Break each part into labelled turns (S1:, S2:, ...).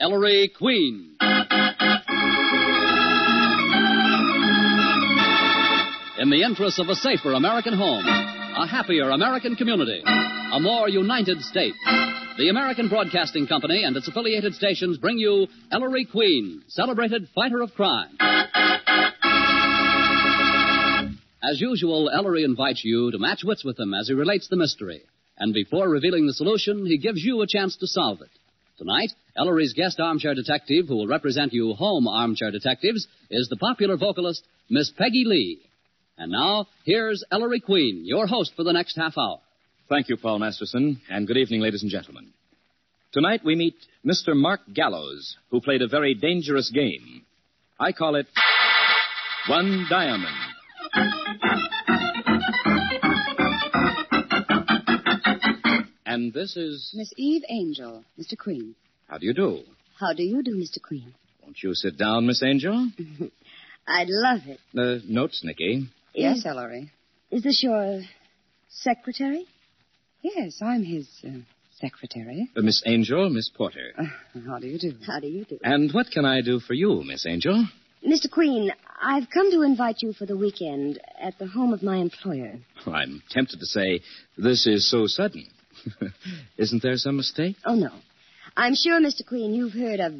S1: Ellery Queen. In the interests of a safer American home, a happier American community, a more united state, the American Broadcasting Company and its affiliated stations bring you Ellery Queen, celebrated fighter of crime. As usual, Ellery invites you to match wits with him as he relates the mystery. And before revealing the solution, he gives you a chance to solve it. Tonight, Ellery's guest armchair detective who will represent you home armchair detectives is the popular vocalist, Miss Peggy Lee. And now, here's Ellery Queen, your host for the next half hour.
S2: Thank you, Paul Masterson, and good evening, ladies and gentlemen. Tonight we meet Mr. Mark Gallows, who played a very dangerous game. I call it One Diamond. And this is.
S3: Miss Eve Angel, Mr. Queen.
S2: How do you do?
S3: How do you do, Mr. Queen?
S2: Won't you sit down, Miss Angel?
S3: I'd love it.
S2: Uh, notes, Nicky.
S3: Yes, Ellery. Is this your secretary? Yes, I'm his uh, secretary.
S2: Uh, Miss Angel, Miss Porter.
S3: How do you do? How do you do?
S2: And what can I do for you, Miss Angel?
S3: Mr. Queen, I've come to invite you for the weekend at the home of my employer.
S2: Oh, I'm tempted to say, this is so sudden. Isn't there some mistake?
S3: Oh, no. I'm sure, Mr. Queen, you've heard of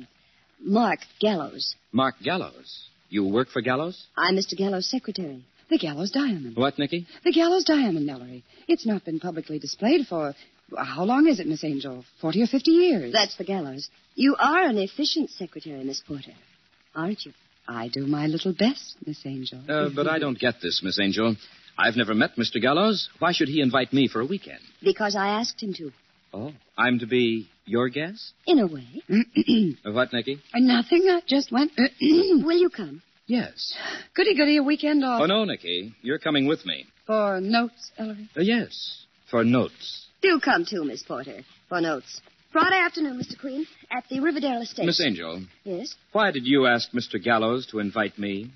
S3: Mark Gallows.
S2: Mark Gallows. You work for Gallows?
S3: I'm Mr. Gallows' secretary. The Gallows Diamond.
S2: What, Nicky?
S3: The Gallows Diamond, Ellery. It's not been publicly displayed for. How long is it, Miss Angel? 40 or 50 years? That's the Gallows. You are an efficient secretary, Miss Porter, aren't you? I do my little best, Miss Angel.
S2: Uh, but I don't get this, Miss Angel. I've never met Mr. Gallows. Why should he invite me for a weekend?
S3: Because I asked him to,
S2: Oh. I'm to be your guest?
S3: in a way.
S2: Uh, What, Nicky?
S4: Nothing. I just went.
S3: Will you come?
S2: Yes.
S4: goody goody, a weekend off.
S2: Oh, no, Nicky. You're coming with me.
S4: For notes, Ellery.
S2: Uh, yes. For notes.
S3: Do come too, Miss Porter, for notes. Friday afternoon, Mr. Queen, at the Riverdale Estate.
S2: Miss Angel,
S3: Yes?
S2: why did you ask Mr. Gallows to invite me?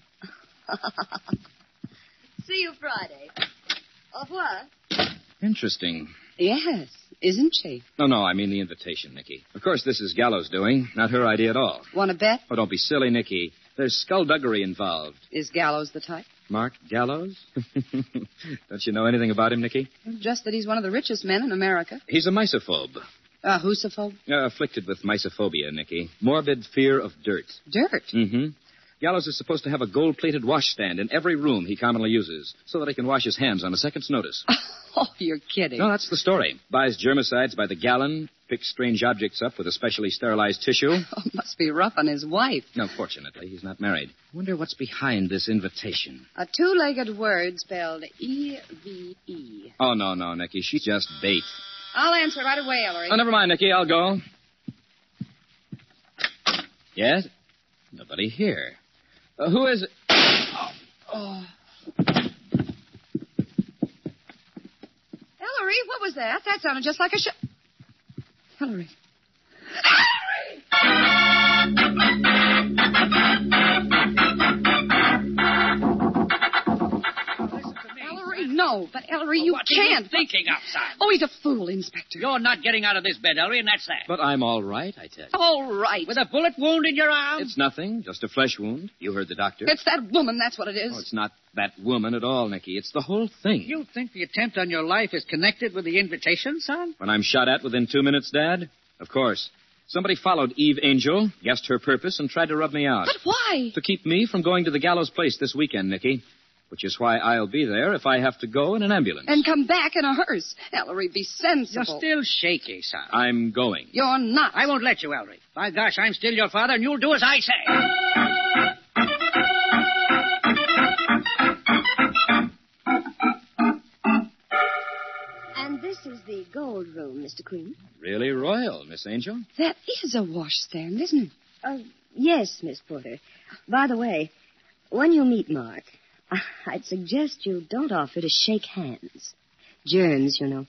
S3: See you Friday. Au revoir.
S2: Interesting.
S4: Yes, isn't she?
S2: No, no, I mean the invitation, Nicky. Of course, this is Gallows' doing, not her idea at all.
S4: Want to bet?
S2: Oh, don't be silly, Nicky. There's skullduggery involved.
S4: Is Gallows the type?
S2: Mark Gallows? Don't you know anything about him, Nicky?
S4: Just that he's one of the richest men in America.
S2: He's a misophobe.
S4: A hoosophobe.
S2: Uh, afflicted with misophobia, Nicky. Morbid fear of dirt.
S4: Dirt.
S2: Mm-hmm. Gallows is supposed to have a gold-plated washstand in every room he commonly uses, so that he can wash his hands on a second's notice.
S4: Oh, you're kidding.
S2: no, that's the story. Buys germicides by the gallon, picks strange objects up with a specially sterilized tissue.
S4: Oh, must be rough on his wife.
S2: No, fortunately, he's not married. Wonder what's behind this invitation.
S4: A two-legged word spelled E E-V-E.
S2: Oh, no, no, Nicky. She's just bait.
S4: I'll answer right away, Ellery.
S2: Oh, never mind, Nicky. I'll go. Yes? Nobody here. Uh, who is it?
S4: Ellery, what was that? That sounded just like a sh... Ellery. Ellery, no. But, Ellery, you
S5: what
S4: can't.
S5: Are you thinking outside.
S4: Oh, he's a fool, Inspector.
S5: You're not getting out of this bed, Ellery, and that's that.
S2: But I'm all right, I tell you.
S4: All right.
S5: With a bullet wound in your arm?
S2: It's nothing, just a flesh wound. You heard the doctor.
S4: Um, It's that woman, that's what it is.
S2: Oh, it's not that woman at all, Nicky. It's the whole thing.
S5: You think the attempt on your life is connected with the invitation, son?
S2: When I'm shot at within two minutes, Dad? Of course. Somebody followed Eve Angel, guessed her purpose, and tried to rub me out.
S4: But why?
S2: to keep me from going to the gallows place this weekend, Nicky. Which is why I'll be there if I have to go in an ambulance.
S4: And come back in a hearse. Ellery, be
S5: You're
S4: sensible.
S5: still shaky, son.
S2: I'm going.
S4: You're not.
S5: I won't let you, Ellery. By gosh, I'm still your father, and you'll do as I say.
S3: And this is the gold room, Mr. Queen.
S2: Really royal, Miss Angel.
S4: That is a washstand, isn't it?
S3: Uh, yes, Miss Porter. By the way, when you meet Mark, I'd suggest you don't offer to shake hands. Germs, you know.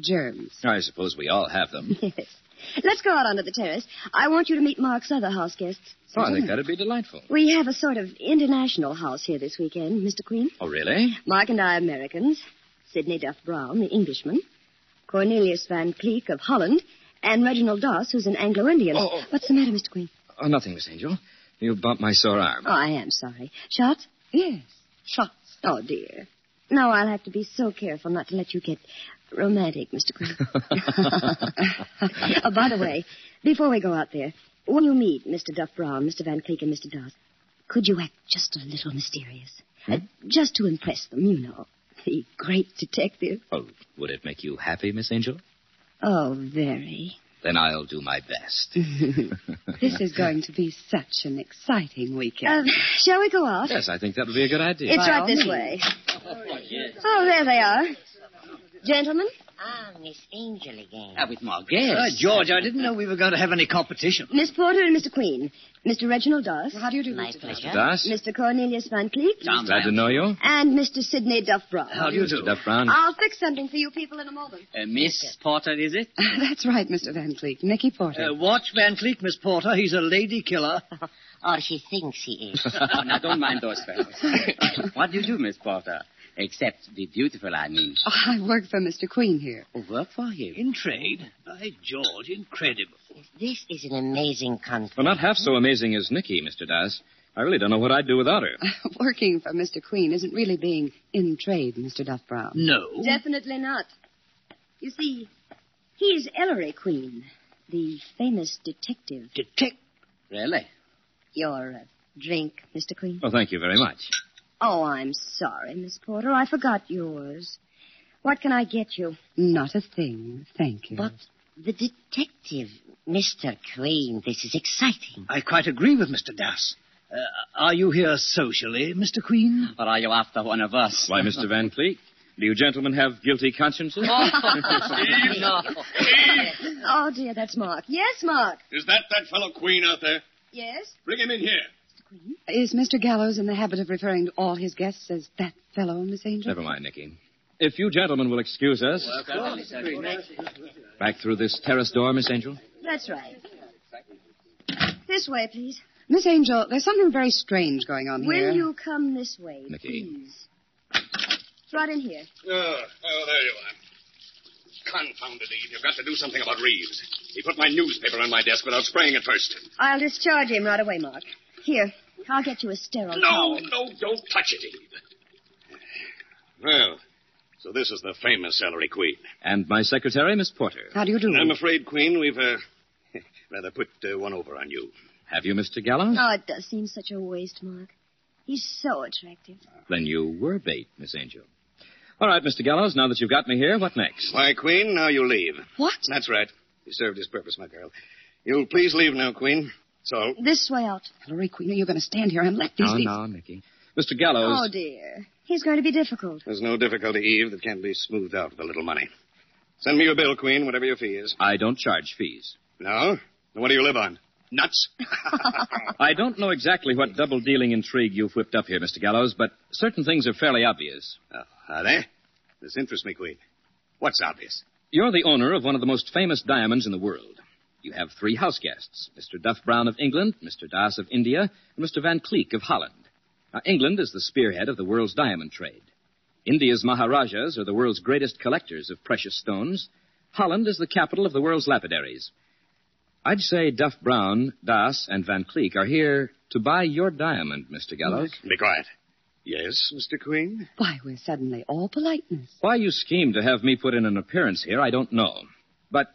S3: Germs.
S2: I suppose we all have them.
S3: Yes. Let's go out onto the terrace. I want you to meet Mark's other house guests.
S2: Oh, I think that'd be delightful.
S3: We have a sort of international house here this weekend, Mr. Queen.
S2: Oh, really?
S3: Mark and I are Americans. Sidney Duff Brown, the Englishman. Cornelius Van Cleek of Holland. and Reginald Doss, who's an Anglo-Indian.
S2: Oh, oh.
S3: What's the matter, Mr. Queen?
S2: Oh, nothing, Miss Angel. You bumped my sore arm.
S3: Oh, I am sorry. Shots?
S4: Yes. Shots.
S3: Oh, dear. No, I'll have to be so careful not to let you get romantic, Mr. Queen. oh, by the way, before we go out there, when you meet Mr. Duff Brown, Mr. Van Cleek, and Mr. Doss, could you act just a little mysterious?
S4: Hmm?
S3: Uh, just to impress them, you know. The great detective.
S2: Oh, would it make you happy, Miss Angel?
S3: Oh, very.
S2: Then I'll do my best.
S4: This is going to be such an exciting weekend.
S3: Uh, shall we go out?
S2: yes, I think that would be a good idea.
S3: It's
S4: By
S3: right
S4: all
S3: this
S4: means.
S3: way. Oh, there they are. Gentlemen?
S6: Ah, Miss Angel again.
S5: with more guests. Uh, George, I didn't know we were going to have any competition.
S3: Miss Porter and Mr. Queen. Mr. Reginald Doss.
S4: How do you do,
S6: Uh, My
S4: Mr. Doss?
S6: pleasure.
S2: Das,
S3: Mr. Cornelius Van Cleek.
S2: glad to know you.
S3: And Mr. Sidney Duff Brown.
S5: How do you do?
S2: Duff Brown.
S3: I'll fix something for you people in a moment.
S5: Uh, Miss Porter, is it?
S4: That's right, Mr. Van Cleek. Nicky Porter.
S5: Uh, watch Van Cleek, Miss Porter. He's a lady killer.
S6: Or she thinks he is.
S7: now, don't mind those fellows. what do you do, Miss Porter? Except be beautiful, I mean.
S4: Oh, I work for Mr. Queen here.
S7: Oh, work for him.
S5: In trade? By George, incredible.
S6: this is an amazing conflict.
S2: Well, not half so amazing as Nicky, Mr. Das. I really don't know what I'd do without her.
S4: Working for Mr. Queen isn't really being in trade, Mr. Duff Brown.
S5: No.
S3: Definitely not. You see, he is Ellery Queen, the famous detective.
S5: Detect.
S7: Really?
S3: Your uh, drink, Mr. Queen?
S2: Well, thank you very much.
S3: Oh, I'm sorry, Miss Porter. I forgot yours. What can I get you?
S4: Not a thing, thank you.
S6: But the detective, Mr. Crane, this is exciting.
S5: I quite agree with Mr. Das. Uh, are you here socially, Mr. Queen?
S7: Or are you after one of us?
S2: Why, Mr. Van Cleek, do you gentlemen have guilty consciences?
S3: Oh, dear, that's Mark. Yes, Mark.
S8: Is that that fellow Queen out there?
S3: Yes?
S8: Bring him in here.
S4: Is Mr. Gallows in the habit of referring to all his guests as that fellow, Miss Angel?
S2: Never mind, Nicky. If you gentlemen will excuse us. Back through this terrace door, Miss Angel.
S3: That's right. This way, please.
S4: Miss Angel, there's something very strange going on here.
S3: Will you come this way,
S2: Nicky.
S3: please? It's right in here.
S8: Oh, oh, there you are. Confounded Eve, you've got to do something about Reeves. He put my newspaper on my desk without spraying it first.
S3: I'll discharge him right away, Mark. Here, I'll get you a sterile.
S8: No, no, don't touch it, Eve. Well, so this is the famous Celery Queen.
S2: And my secretary, Miss Porter.
S4: How do you do?
S8: I'm afraid, Queen, we've uh, rather put uh, one over on you.
S2: Have you, Mr. Gallows?
S3: Oh, it does seem such a waste, Mark. He's so attractive.
S2: Then you were bait, Miss Angel. All right, Mr. Gallows, now that you've got me here, what next?
S8: Why, Queen, now you leave.
S3: What?
S8: That's right. He served his purpose, my girl. You'll please leave now, Queen. So,
S3: This way out.
S4: Hillary Queen, you're going to stand here and let these
S2: No,
S4: things...
S2: no, Nicky. Mr. Gallows.
S3: Oh, dear. He's going to be difficult.
S8: there's no difficulty, Eve, that can't be smoothed out with a little money. Send me your bill, Queen, whatever your fee is.
S2: I don't charge fees.
S8: No? Then what do you live on? Nuts?
S2: I don't know exactly what double dealing intrigue you've whipped up here, Mr. Gallows, but certain things are fairly obvious.
S8: Oh, are they? This interests me, Queen. What's obvious?
S2: You're the owner of one of the most famous diamonds in the world. You have three house guests Mr. Duff Brown of England, Mr. Das of India, and Mr. Van Cleek of Holland. Now, England is the spearhead of the world's diamond trade. India's Maharajas are the world's greatest collectors of precious stones. Holland is the capital of the world's lapidaries. I'd say Duff Brown, Das, and Van Cleek are here to buy your diamond, Mr. Gallows.
S8: Be quiet. Yes, Mr. Queen?
S4: Why, we're suddenly all politeness.
S2: Why you schemed to have me put in an appearance here, I don't know. But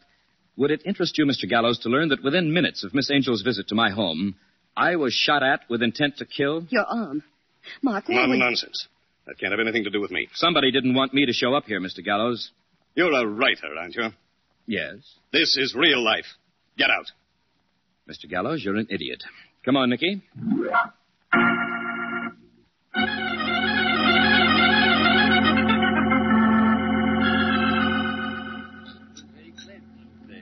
S2: would it interest you, Mr. Gallows, to learn that within minutes of Miss Angel's visit to my home, I was shot at with intent to kill?
S3: Your arm. Mark, why
S8: None
S3: would...
S8: nonsense. That can't have anything to do with me.
S2: Somebody didn't want me to show up here, Mr. Gallows.
S8: You're a writer, aren't you?
S2: Yes.
S8: This is real life. Get out.
S2: Mr. Gallows, you're an idiot. Come on, Nicky.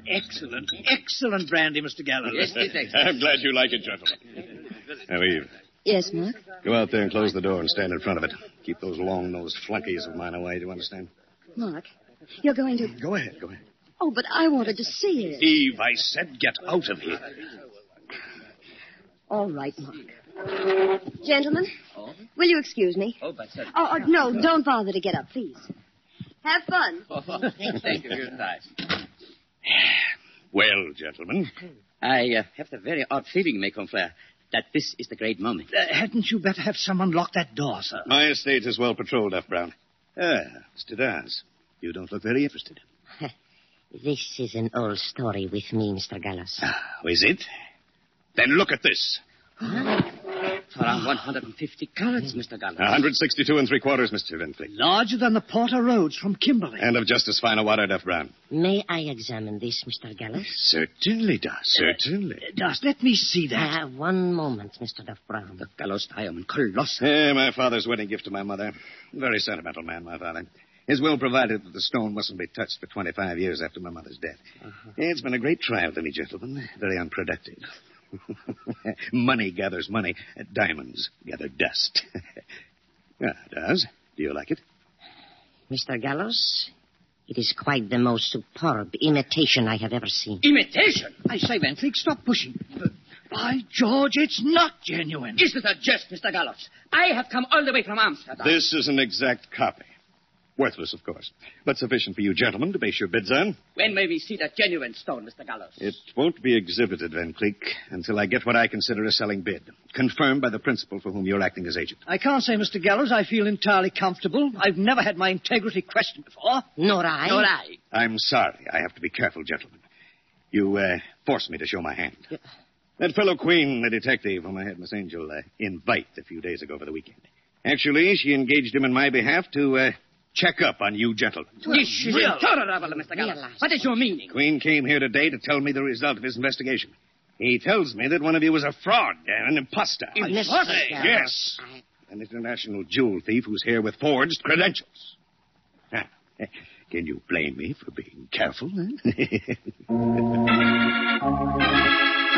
S5: Excellent, excellent brandy, Mr. Gallows.
S8: I'm glad you like it, gentlemen. Now, Eve,
S3: Yes, Mark.
S8: go out there and close the door and stand in front of it. Keep those long-nosed flunkies of mine away, do you understand?
S3: Mark, you're going to...
S8: Go ahead, go ahead.
S3: Oh, but I wanted to see it.
S8: Eve, I said get out of here.
S3: All right, Mark. Gentlemen, will you excuse me? Oh, but... Oh, oh, no, don't bother to get up,
S1: uh,
S3: please. Have fun.
S7: Thank you for your time.
S8: Well, gentlemen,
S7: I uh, have the very odd feeling, Macon Flair, that this is the great moment.
S5: Uh, hadn't you better have someone lock that door, sir?
S8: my estate is well patrolled, F. Brown. Ah, Mr. Dawes, you don't look very interested.
S6: This is an old story with me, Mr. Gallows.
S8: How is it? Then look at this.
S7: For around 150 carats, Mr. Gallo.
S8: 162 and three quarters, Mr. Linfleet.
S5: Larger than the Porter Roads from Kimberley.
S8: And of just as fine a water, F. Brown.
S6: May I examine this, Mr. Gallows?
S8: Certainly, Dawes, certainly.
S5: Uh, Doss, let me see that.
S6: Ah, one moment, Mr. Duff Brown.
S7: The Gallows diamond, colossal.
S8: Eh, my father's wedding gift to my mother. Very sentimental man, my father. His will provided that the stone mustn't be touched for 25 years after my mother's death. It's been a great trial to me, gentlemen. Very unproductive. money gathers money. Diamonds gather dust. ah, Dawes, do you like it?
S6: Mr. Gallows, it is quite the most superb imitation I have ever seen.
S7: Imitation?
S5: I say, Van Cleek, stop pushing. Uh, by George, it's not genuine.
S7: Is it a jest, Mr. Gallows? I have come all the way from Amsterdam.
S8: This is an exact copy. Worthless, of course, but sufficient for you gentlemen to base your bids on.
S7: When may we see the genuine stone, Mr. Gallows?
S8: It won't be exhibited, Van Cleek, until I get what I consider a selling bid, confirmed by the principal for whom you're acting as agent.
S5: I can't say, Mr. Gallows, I feel entirely comfortable. I've never had my integrity questioned before.
S6: Nor I.
S7: Nor I.
S8: I'm sorry. I have to be careful, gentlemen. You uh, forced me to show my hand. That fellow Queen, the detective whom I had Miss Angel uh, invite a few days ago for the weekend. Actually, she engaged him in my behalf to uh, check up on you gentlemen.
S7: This is
S5: Real-
S7: intolerable, Mr. Gallows.
S6: Realize.
S7: What is your meaning?
S8: Queen came here today to tell me the result of his investigation. He tells me that one of you was a fraud and an imposter.
S6: Mr. Gallows.
S8: Yes.
S6: I-
S8: An international jewel thief who's here with forged credentials. Now, Can you blame me for being careful, then?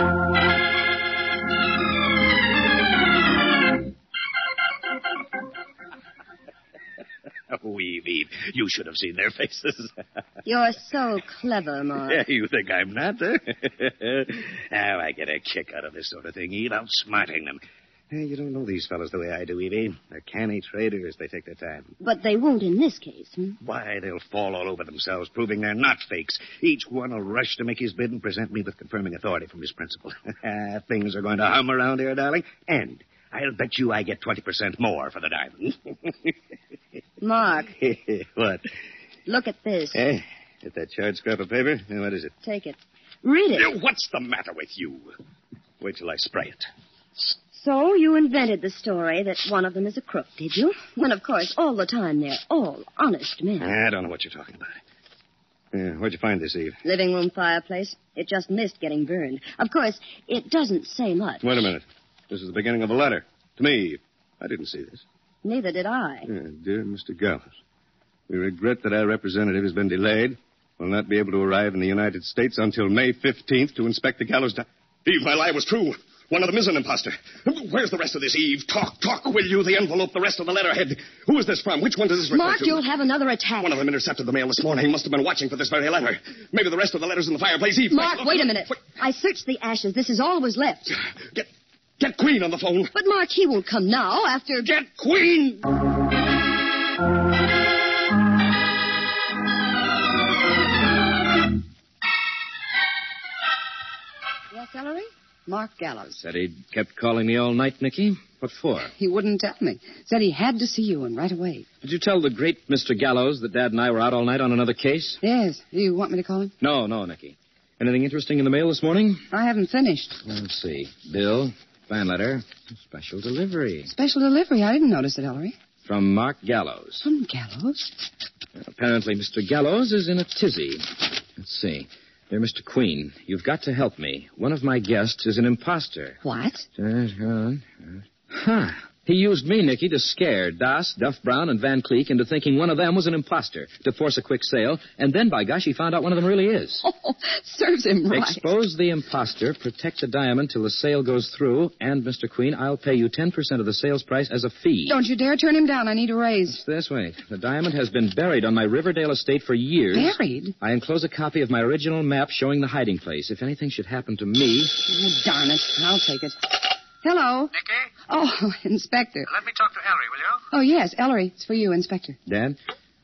S8: Weave, Eve. Oh, You should have seen their faces.
S3: You're so clever, Mark.
S8: you think I'm not, huh? now I get a kick out of this sort of thing, Eve, outsmarting them. Hey, you don't know these fellows the way I do, Evie. They're canny traders. They take their time.
S3: But they won't in this case. Hmm?
S8: Why, they'll fall all over themselves, proving they're not fakes. Each one will rush to make his bid and present me with confirming authority from his principal. Things are going to hum around here, darling. And I'll bet you I get 20% more for the diamond.
S3: Mark,
S8: what?
S3: look at this.
S8: Eh? Get that charred scrap of paper? Eh, What is it?
S3: Take it. Read it.
S8: Eh, What's the matter with you? Wait till I spray it.
S3: So you invented the story that one of them is a crook, did you? When, of course, all the time they're all honest men.
S8: I don't know what you're talking about. Eh, where'd you find this, Eve?
S3: Living room fireplace. It just missed getting burned. Of course, it doesn't say much.
S8: Wait a minute. This is the beginning of a letter. To me, Eve. I didn't see this.
S3: Neither did I.
S8: Uh, dear Mr. Gallows, we regret that our representative has been delayed. Will not be able to arrive in the United States until May 15th to inspect the gallows. Di-
S9: Eve, my lie was true. One of them is an imposter. Where's the rest of this, Eve? Talk, talk, will you? The envelope, the rest of the letterhead. Who is this from? Which one does this refer
S3: Mark,
S9: to?
S3: you'll have another attack.
S9: One of them intercepted the mail this morning. He must have been watching for this very letter. Maybe the rest of the letters in the fireplace, Eve.
S3: Mark,
S9: look,
S3: wait a
S9: look,
S3: minute.
S9: what-
S3: I searched the ashes. This is all was left.
S9: Get, get Queen on the phone.
S3: But Mark, he won't come now after.
S9: Get Queen!
S3: Yes, Ellery? Mark Gallows.
S2: Said he kept calling me all night, Nicky. What for?
S3: He wouldn't tell me. Said he had to see you and right away.
S2: Did you tell the great Mr. Gallows that Dad and I were out all night on another case?
S3: Yes. You want me to call him?
S2: No, no, Nicky. Anything interesting in the mail this morning?
S3: I haven't finished.
S2: Let's see. Bill, fan letter, special delivery
S3: Special delivery. I didn't notice it, Ellery.
S2: from Mark Gallows.
S3: Some gallows.
S2: Apparently, Mr. Gallows is in a tizzy. Let's see. Dear Mr. Queen, you've got to help me. One of my guests is an imposter.
S3: What?
S2: Huh. He used me, Nicky, to scare Das, Duff Brown, and Van Cleek into thinking one of them was an imposter to force a quick sale, and then, by gosh, he found out one of them really is.
S3: Oh, serves him right.
S2: Expose the imposter, protect the diamond till the sale goes through, and, Mr. Queen, I'll pay you 10% of the sales price as a fee.
S4: Don't you dare turn him down. I need a raise.
S2: It's this way. The diamond has been buried on my Riverdale estate for years.
S4: Buried?
S2: I enclose a copy of my original map showing the hiding place. If anything should happen to me.
S4: Oh, darn it. I'll take it. Hello.
S10: Nicky,
S4: Oh, Inspector.
S10: let me talk to Ellery, will you?
S4: Oh, yes, Ellery. It's for you, Inspector.
S2: Dad?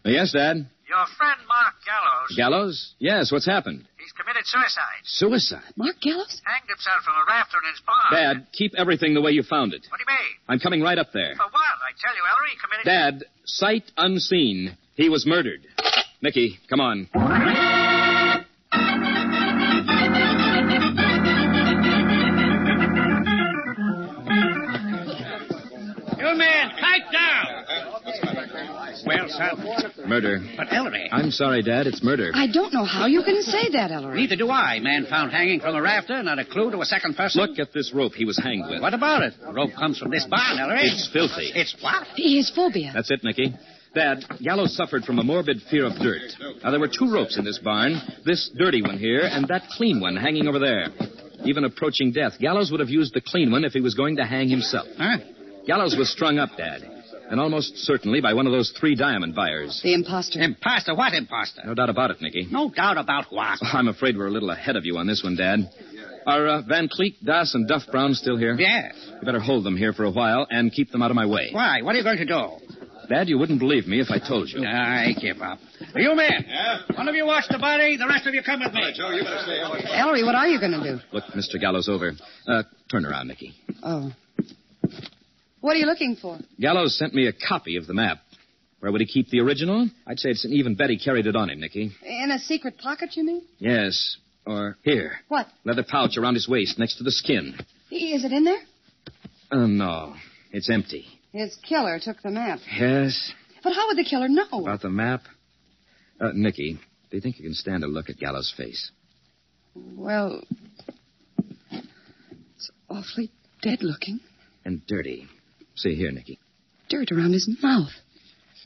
S2: Yes, Dad.
S10: Your friend Mark Gallows,
S2: Gallows? Yes, what's happened?
S10: he's
S8: committed suicide.
S2: Suicide?
S11: Mark Gallows?
S8: Hanged himself from a rafter in his barn.
S2: Dad, keep everything the way you found it.
S8: What do you mean?
S2: I'm coming right up there.
S8: For what? I tell you, Ellery, he committed...
S2: Dad, sight unseen. He was murdered. Mickey, come on.
S1: You man, pipe down. Well, son.
S2: Murder.
S1: But Ellery.
S2: I'm sorry, Dad. It's murder.
S4: I don't know how you can say that, Ellery.
S1: Neither do I. Man found hanging from a rafter, not a clue to a second person.
S2: Look at this rope he was hanged with.
S1: What about it? The rope comes from this barn, Ellery.
S2: It's filthy.
S1: It's what?
S4: He has phobia.
S2: That's it, Mickey. Dad, Gallows suffered from a morbid fear of dirt. Now, there were two ropes in this barn this dirty one here and that clean one hanging over there. Even approaching death, Gallows would have used the clean one if he was going to hang himself.
S1: Huh?
S2: Gallows was strung up, Dad, and almost certainly by one of those three diamond buyers.
S4: The imposter.
S1: Imposter? What imposter?
S2: No doubt about it, Mickey.
S1: No doubt about what?
S2: I'm afraid we're a little ahead of you on this one, Dad. Are uh, Van Cleek, Das, and Duff Brown still here?
S1: Yes.
S2: You better hold them here for a while and keep them out of my way.
S1: Why? What are you going to do?
S2: Dad, you wouldn't believe me if I told you.
S1: I give up. You men. One of you watch the body. The rest of you come with me. Joe, you better stay.
S4: Ellery, what are you going to do?
S2: Look, Mr. Gallows over. Uh, turn around, Mickey.
S4: Oh. What are you looking for?
S2: Gallows sent me a copy of the map. Where would he keep the original? I'd say it's an even bet he carried it on him, Nicky.
S4: In a secret pocket, you mean?
S2: Yes. Or here.
S4: What?
S2: Leather pouch around his waist next to the skin.
S4: Is it in there?
S2: Oh, no. It's empty.
S4: His killer took the map.
S2: Yes.
S4: But how would the killer know?
S2: About the map? Uh, Nicky, do you think you can stand a look at Gallows' face?
S4: Well, it's awfully dead looking.
S2: And dirty. See here, Nicky.
S4: Dirt around his mouth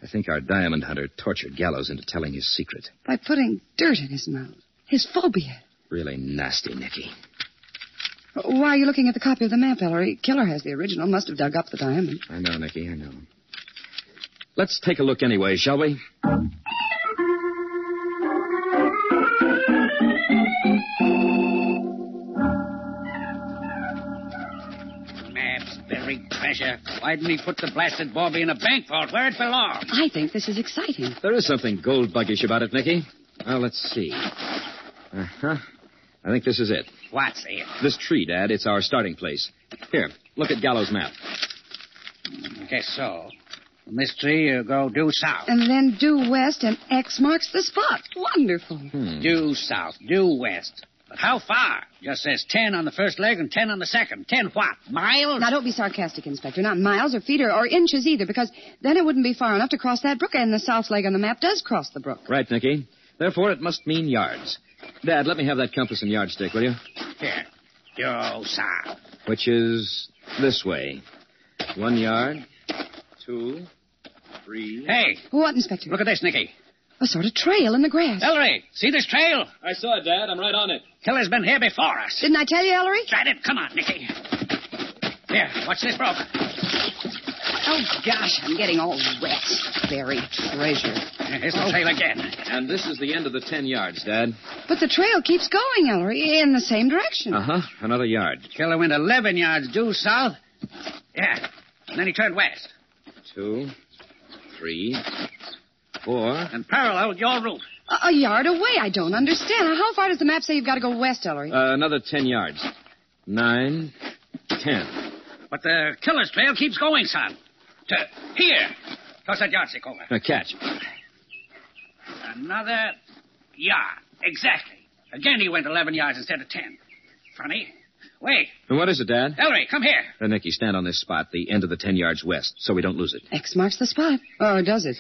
S2: I think our diamond hunter tortured Gallows into telling his secret.
S4: by putting dirt in his mouth. His phobia.
S2: Really nasty, Nicky.
S4: Why are you looking at the copy of the map, Ellery? Killer has the original. Must have dug up the diamond.
S2: I know, Nicky, I know. Let's take a look anyway, shall we?
S1: Map's buried treasure. Why didn't he put the blasted bauby in a bank vault where it belongs?
S4: I think this is exciting.
S2: There is something gold buggish about it, Nicky. Well, let's see. Uh huh. I think this is it.
S1: What's it?
S2: This tree, Dad, it's our starting place. Here, look at Gallows' map.
S1: I guess so. From this tree, you go due south.
S4: And then due west and X marks the spot. Wonderful.
S6: Hmm.
S1: Due south, due west. But how far? Just says ten on the first leg and ten on the second. Ten what? Miles?
S4: Now, don't be sarcastic, Inspector. Not miles or feet or, or inches either, because then it wouldn't be far enough to cross that brook, and the south leg on the map does cross the brook.
S2: Right, Nicky. Therefore, it must mean yards. Dad, let me have that compass and yardstick, will you?
S1: Here. Due south.
S2: Which is this way. One yard, two, three.
S1: Hey,
S4: What, Inspector?
S1: look at this, Nicky.
S4: A sort of trail in the grass.
S1: Ellery, see this trail?
S2: I saw it, Dad. I'm right on it.
S1: Killer's been here before us.
S4: Didn't I tell you, Ellery?
S1: Try it. Come on, Nicky. Here, watch this rope.
S4: Oh, gosh, I'm getting all wet. Buried treasure.
S1: Here's the trail again.
S2: And this is the end of the ten yards, Dad.
S4: But the trail keeps going, Ellery, in the same direction.
S2: Uh huh. Another yard.
S1: Killer went 11 yards due south. Yeah. And then he turned west
S2: Two, three, four.
S1: and paralleled your route.
S4: A, a yard away. I don't understand. How far does the map say you've got to go west, Ellery?
S2: Uh, another ten yards. Nine, ten.
S1: But the killer's trail keeps going, son. To here. Toss that yardstick over.
S2: Now, catch.
S1: Another yard. Exactly. Again, he went 11 yards instead of 10. Funny. Wait.
S2: And what is it, Dad?
S1: Ellery, come here.
S2: Uh, Nicky, stand on this spot, the end of the ten yards west, so we don't lose it.
S4: X marks the spot. Or Oh, does it?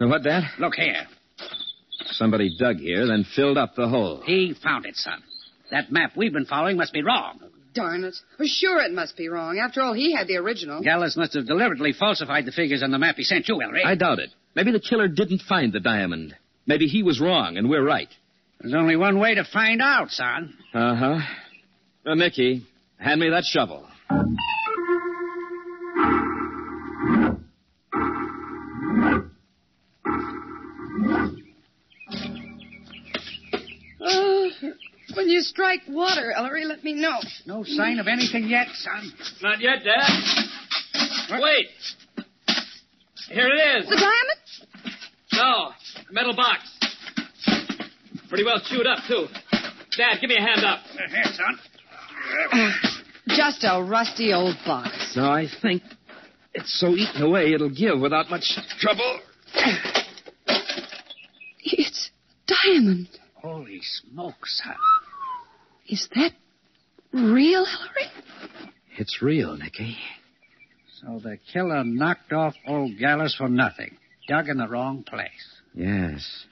S2: Now, what, Dad?
S1: Look here.
S2: Somebody dug here, then filled up the hole.
S1: He found it, son. That map we've been following must be wrong.
S4: Darn it. Well, sure, it must be wrong. After all, he had the original.
S1: Gallus must have deliberately falsified the figures on the map he sent you, Ellery.
S2: I doubt it. Maybe the killer didn't find the diamond. Maybe he was wrong, and we're right.
S1: There's only one way to find out, son.
S2: Uh-huh. Now, Nicky, hand me that shovel.
S4: Oh, when you strike water, Ellery, let me know.
S1: No sign of anything yet, son.
S12: Not yet, Dad. Wait. Here it
S4: The
S12: is.
S4: diamond?
S12: No, metal box.
S13: Pretty well chewed up, too. Dad, give me a hand up. Here, son.
S14: Just a rusty old box.
S15: So I think it's so eaten away it'll give without much trouble.
S14: It's diamond.
S5: Holy smokes. I-
S14: Is that real, Hillary?
S15: It's real, Nicky.
S5: So the killer knocked off old Gallus for nothing. Dug in the wrong place.
S2: Yes.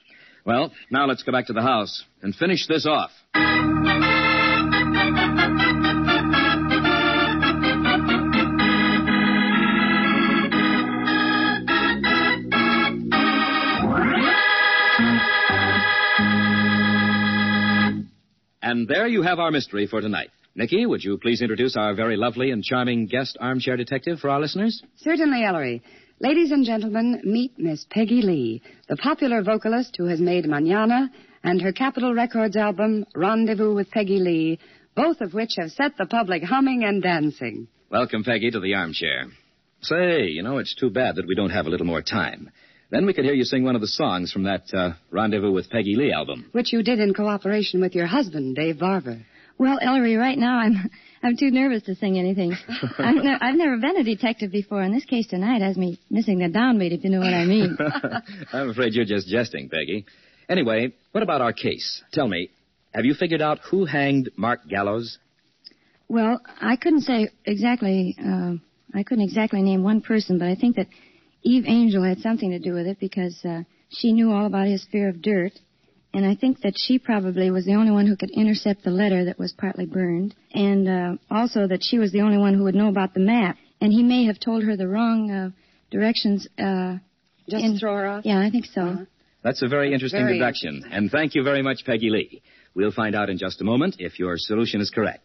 S2: Well, now let's go back to the house and finish this off. And there you have our mystery for tonight. Nikki, would you please introduce our very lovely and charming guest armchair detective for our listeners?
S4: Certainly, Ellery. Ladies and gentlemen, meet Miss Peggy Lee, the popular vocalist who has made Manana and her Capitol Records album, Rendezvous with Peggy Lee, both of which have set the public humming and dancing.
S2: Welcome, Peggy, to the armchair. Say, you know, it's too bad that we don't have a little more time. Then we could hear you sing one of the songs from that uh, Rendezvous with Peggy Lee album.
S4: Which you did in cooperation with your husband, Dave Barber.
S3: Well, Ellery, right now I'm I'm too nervous to sing anything. I'm ne- I've never been a detective before, and this case tonight has me missing the downbeat, if you know what I mean.
S2: I'm afraid you're just jesting, Peggy. Anyway, what about our case? Tell me, have you figured out who hanged Mark Gallows?
S3: well, I couldn't say exactly. Uh, I couldn't exactly name one person, but I think that Eve Angel had something to do with it because uh, she knew all about his fear of dirt, and I think that she probably was the only one who could intercept the letter that was partly burned, and uh, also that she was the only one who would know about the map, and he may have told her the wrong uh, directions. Uh,
S4: Just throw her off.
S3: Yeah, I think so.
S2: That's a very interesting
S3: Very
S2: deduction. And thank you very much, Peggy Lee. We'll find out in just a moment if your solution is correct.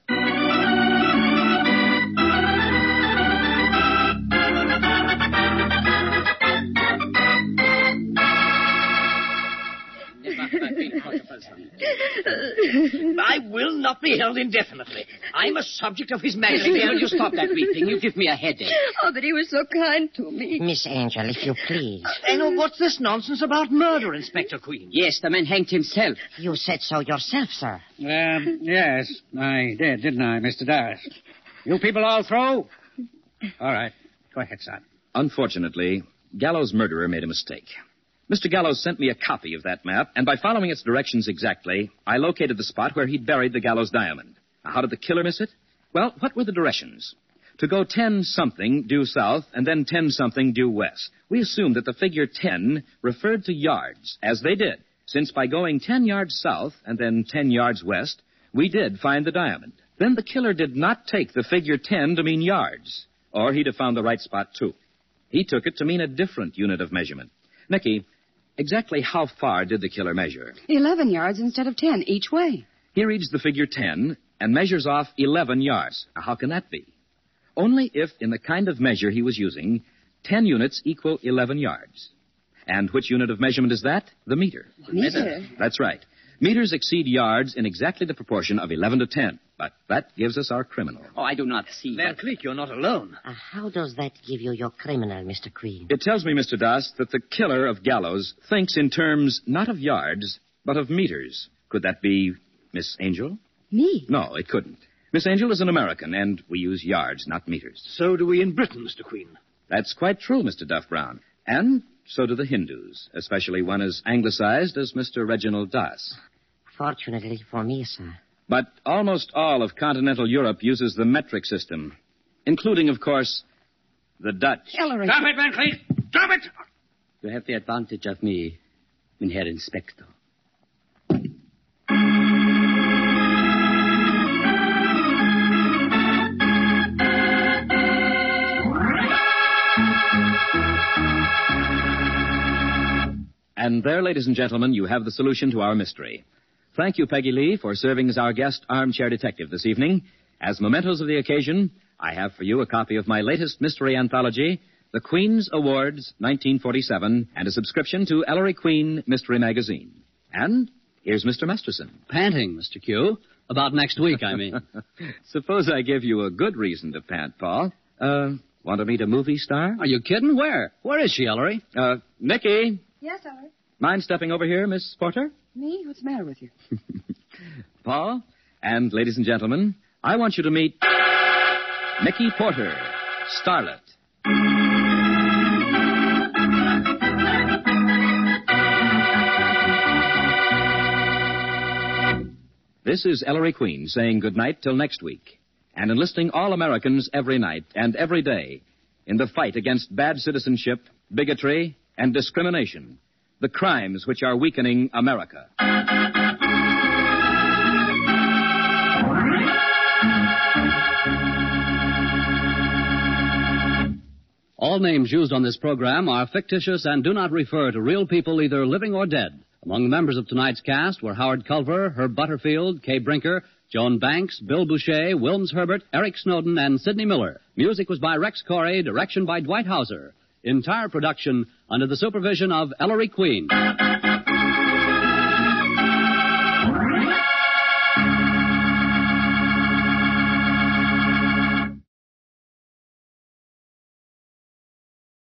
S1: I will not be held indefinitely. I'm a subject of His Majesty. Will you stop that weeping? You give me a headache.
S6: Oh, but he was so kind to me. Miss Angel, if you please.
S1: And oh, what's this nonsense about murder, Inspector Queen? Yes, the man hanged himself.
S6: You said so yourself, sir.
S5: Um, yes, I did, didn't I, Mr. Dawes? You people all through? All right. Go ahead, son.
S2: Unfortunately, Gallows' murderer made a mistake. Mr. Gallows sent me a copy of that map, and by following its directions exactly, I located the spot where he'd buried the Gallows diamond. Now, how did the killer miss it? Well, what were the directions? To go 10 something due south and then 10 something due west. We assumed that the figure 10 referred to yards, as they did, since by going 10 yards south and then 10 yards west, we did find the diamond. Then the killer did not take the figure 10 to mean yards, or he'd have found the right spot too. He took it to mean a different unit of measurement. Nicky, exactly how far did the killer measure?
S4: 11 yards instead of 10 each way.
S2: He reads the figure 10 and measures off 11 yards. Now, how can that be? Only if, in the kind of measure he was using, 10 units equal 11 yards. And which unit of measurement is that? The meter.
S4: Meter.
S2: That's right. Meters exceed yards in exactly the proportion of 11 to 10, but that gives us our criminal.
S16: Oh, I do not see. Van Cleek, you're not alone.
S6: Uh, how does that give you your criminal, Mr. Queen?
S2: It tells me, Mr. Das, that the killer of gallows thinks in terms not of yards, but of meters. Could that be Miss Angel?
S3: Me?
S2: No, it couldn't. Miss Angel is an American, and we use yards, not meters.
S1: So do we in Britain, Mr. Queen.
S2: That's quite true, Mr. Duff Brown. And so do the Hindus, especially one as anglicized as Mr. Reginald Das.
S6: Fortunately for me, sir.
S2: But almost all of continental Europe uses the metric system, including, of course, the Dutch.
S4: Hillary.
S5: Stop it, Van Cleek! Stop it!
S16: You have the advantage of me, Herr Inspector.
S2: And there, ladies and gentlemen, you have the solution to our mystery. Thank you, Peggy Lee, for serving as our guest armchair detective this evening. As mementos of the occasion, I have for you a copy of my latest mystery anthology, The Queen's Awards 1947, and a subscription to Ellery Queen Mystery Magazine. And here's Mr. Masterson.
S17: Panting, Mr. Q. About next week, I mean.
S2: Suppose I give you a good reason to pant, Paul. Uh, want to meet a movie star? Are you kidding? Where? Where is she, Ellery? Uh, Nicky,
S14: Yes, Ellery.
S2: mind stepping over here, Miss Porter?
S3: Me? What's the matter with you?
S2: Paul, and ladies and gentlemen, I want you to meet Mickey Porter, Starlet. This is Ellery Queen saying goodnight till next week and enlisting all Americans every night and every day in the fight against bad citizenship, bigotry, and discrimination, the crimes which are weakening America.
S1: All names used on this program are fictitious and do not refer to real people, either living or dead. Among the members of tonight's cast were Howard Culver, Herb Butterfield, Kay Brinker, Joan Banks, Bill Boucher, Wilms Herbert, Eric Snowden, and Sidney Miller. Music was by Rex Corey, direction by Dwight Hauser. Entire production under the supervision of Ellery Queen.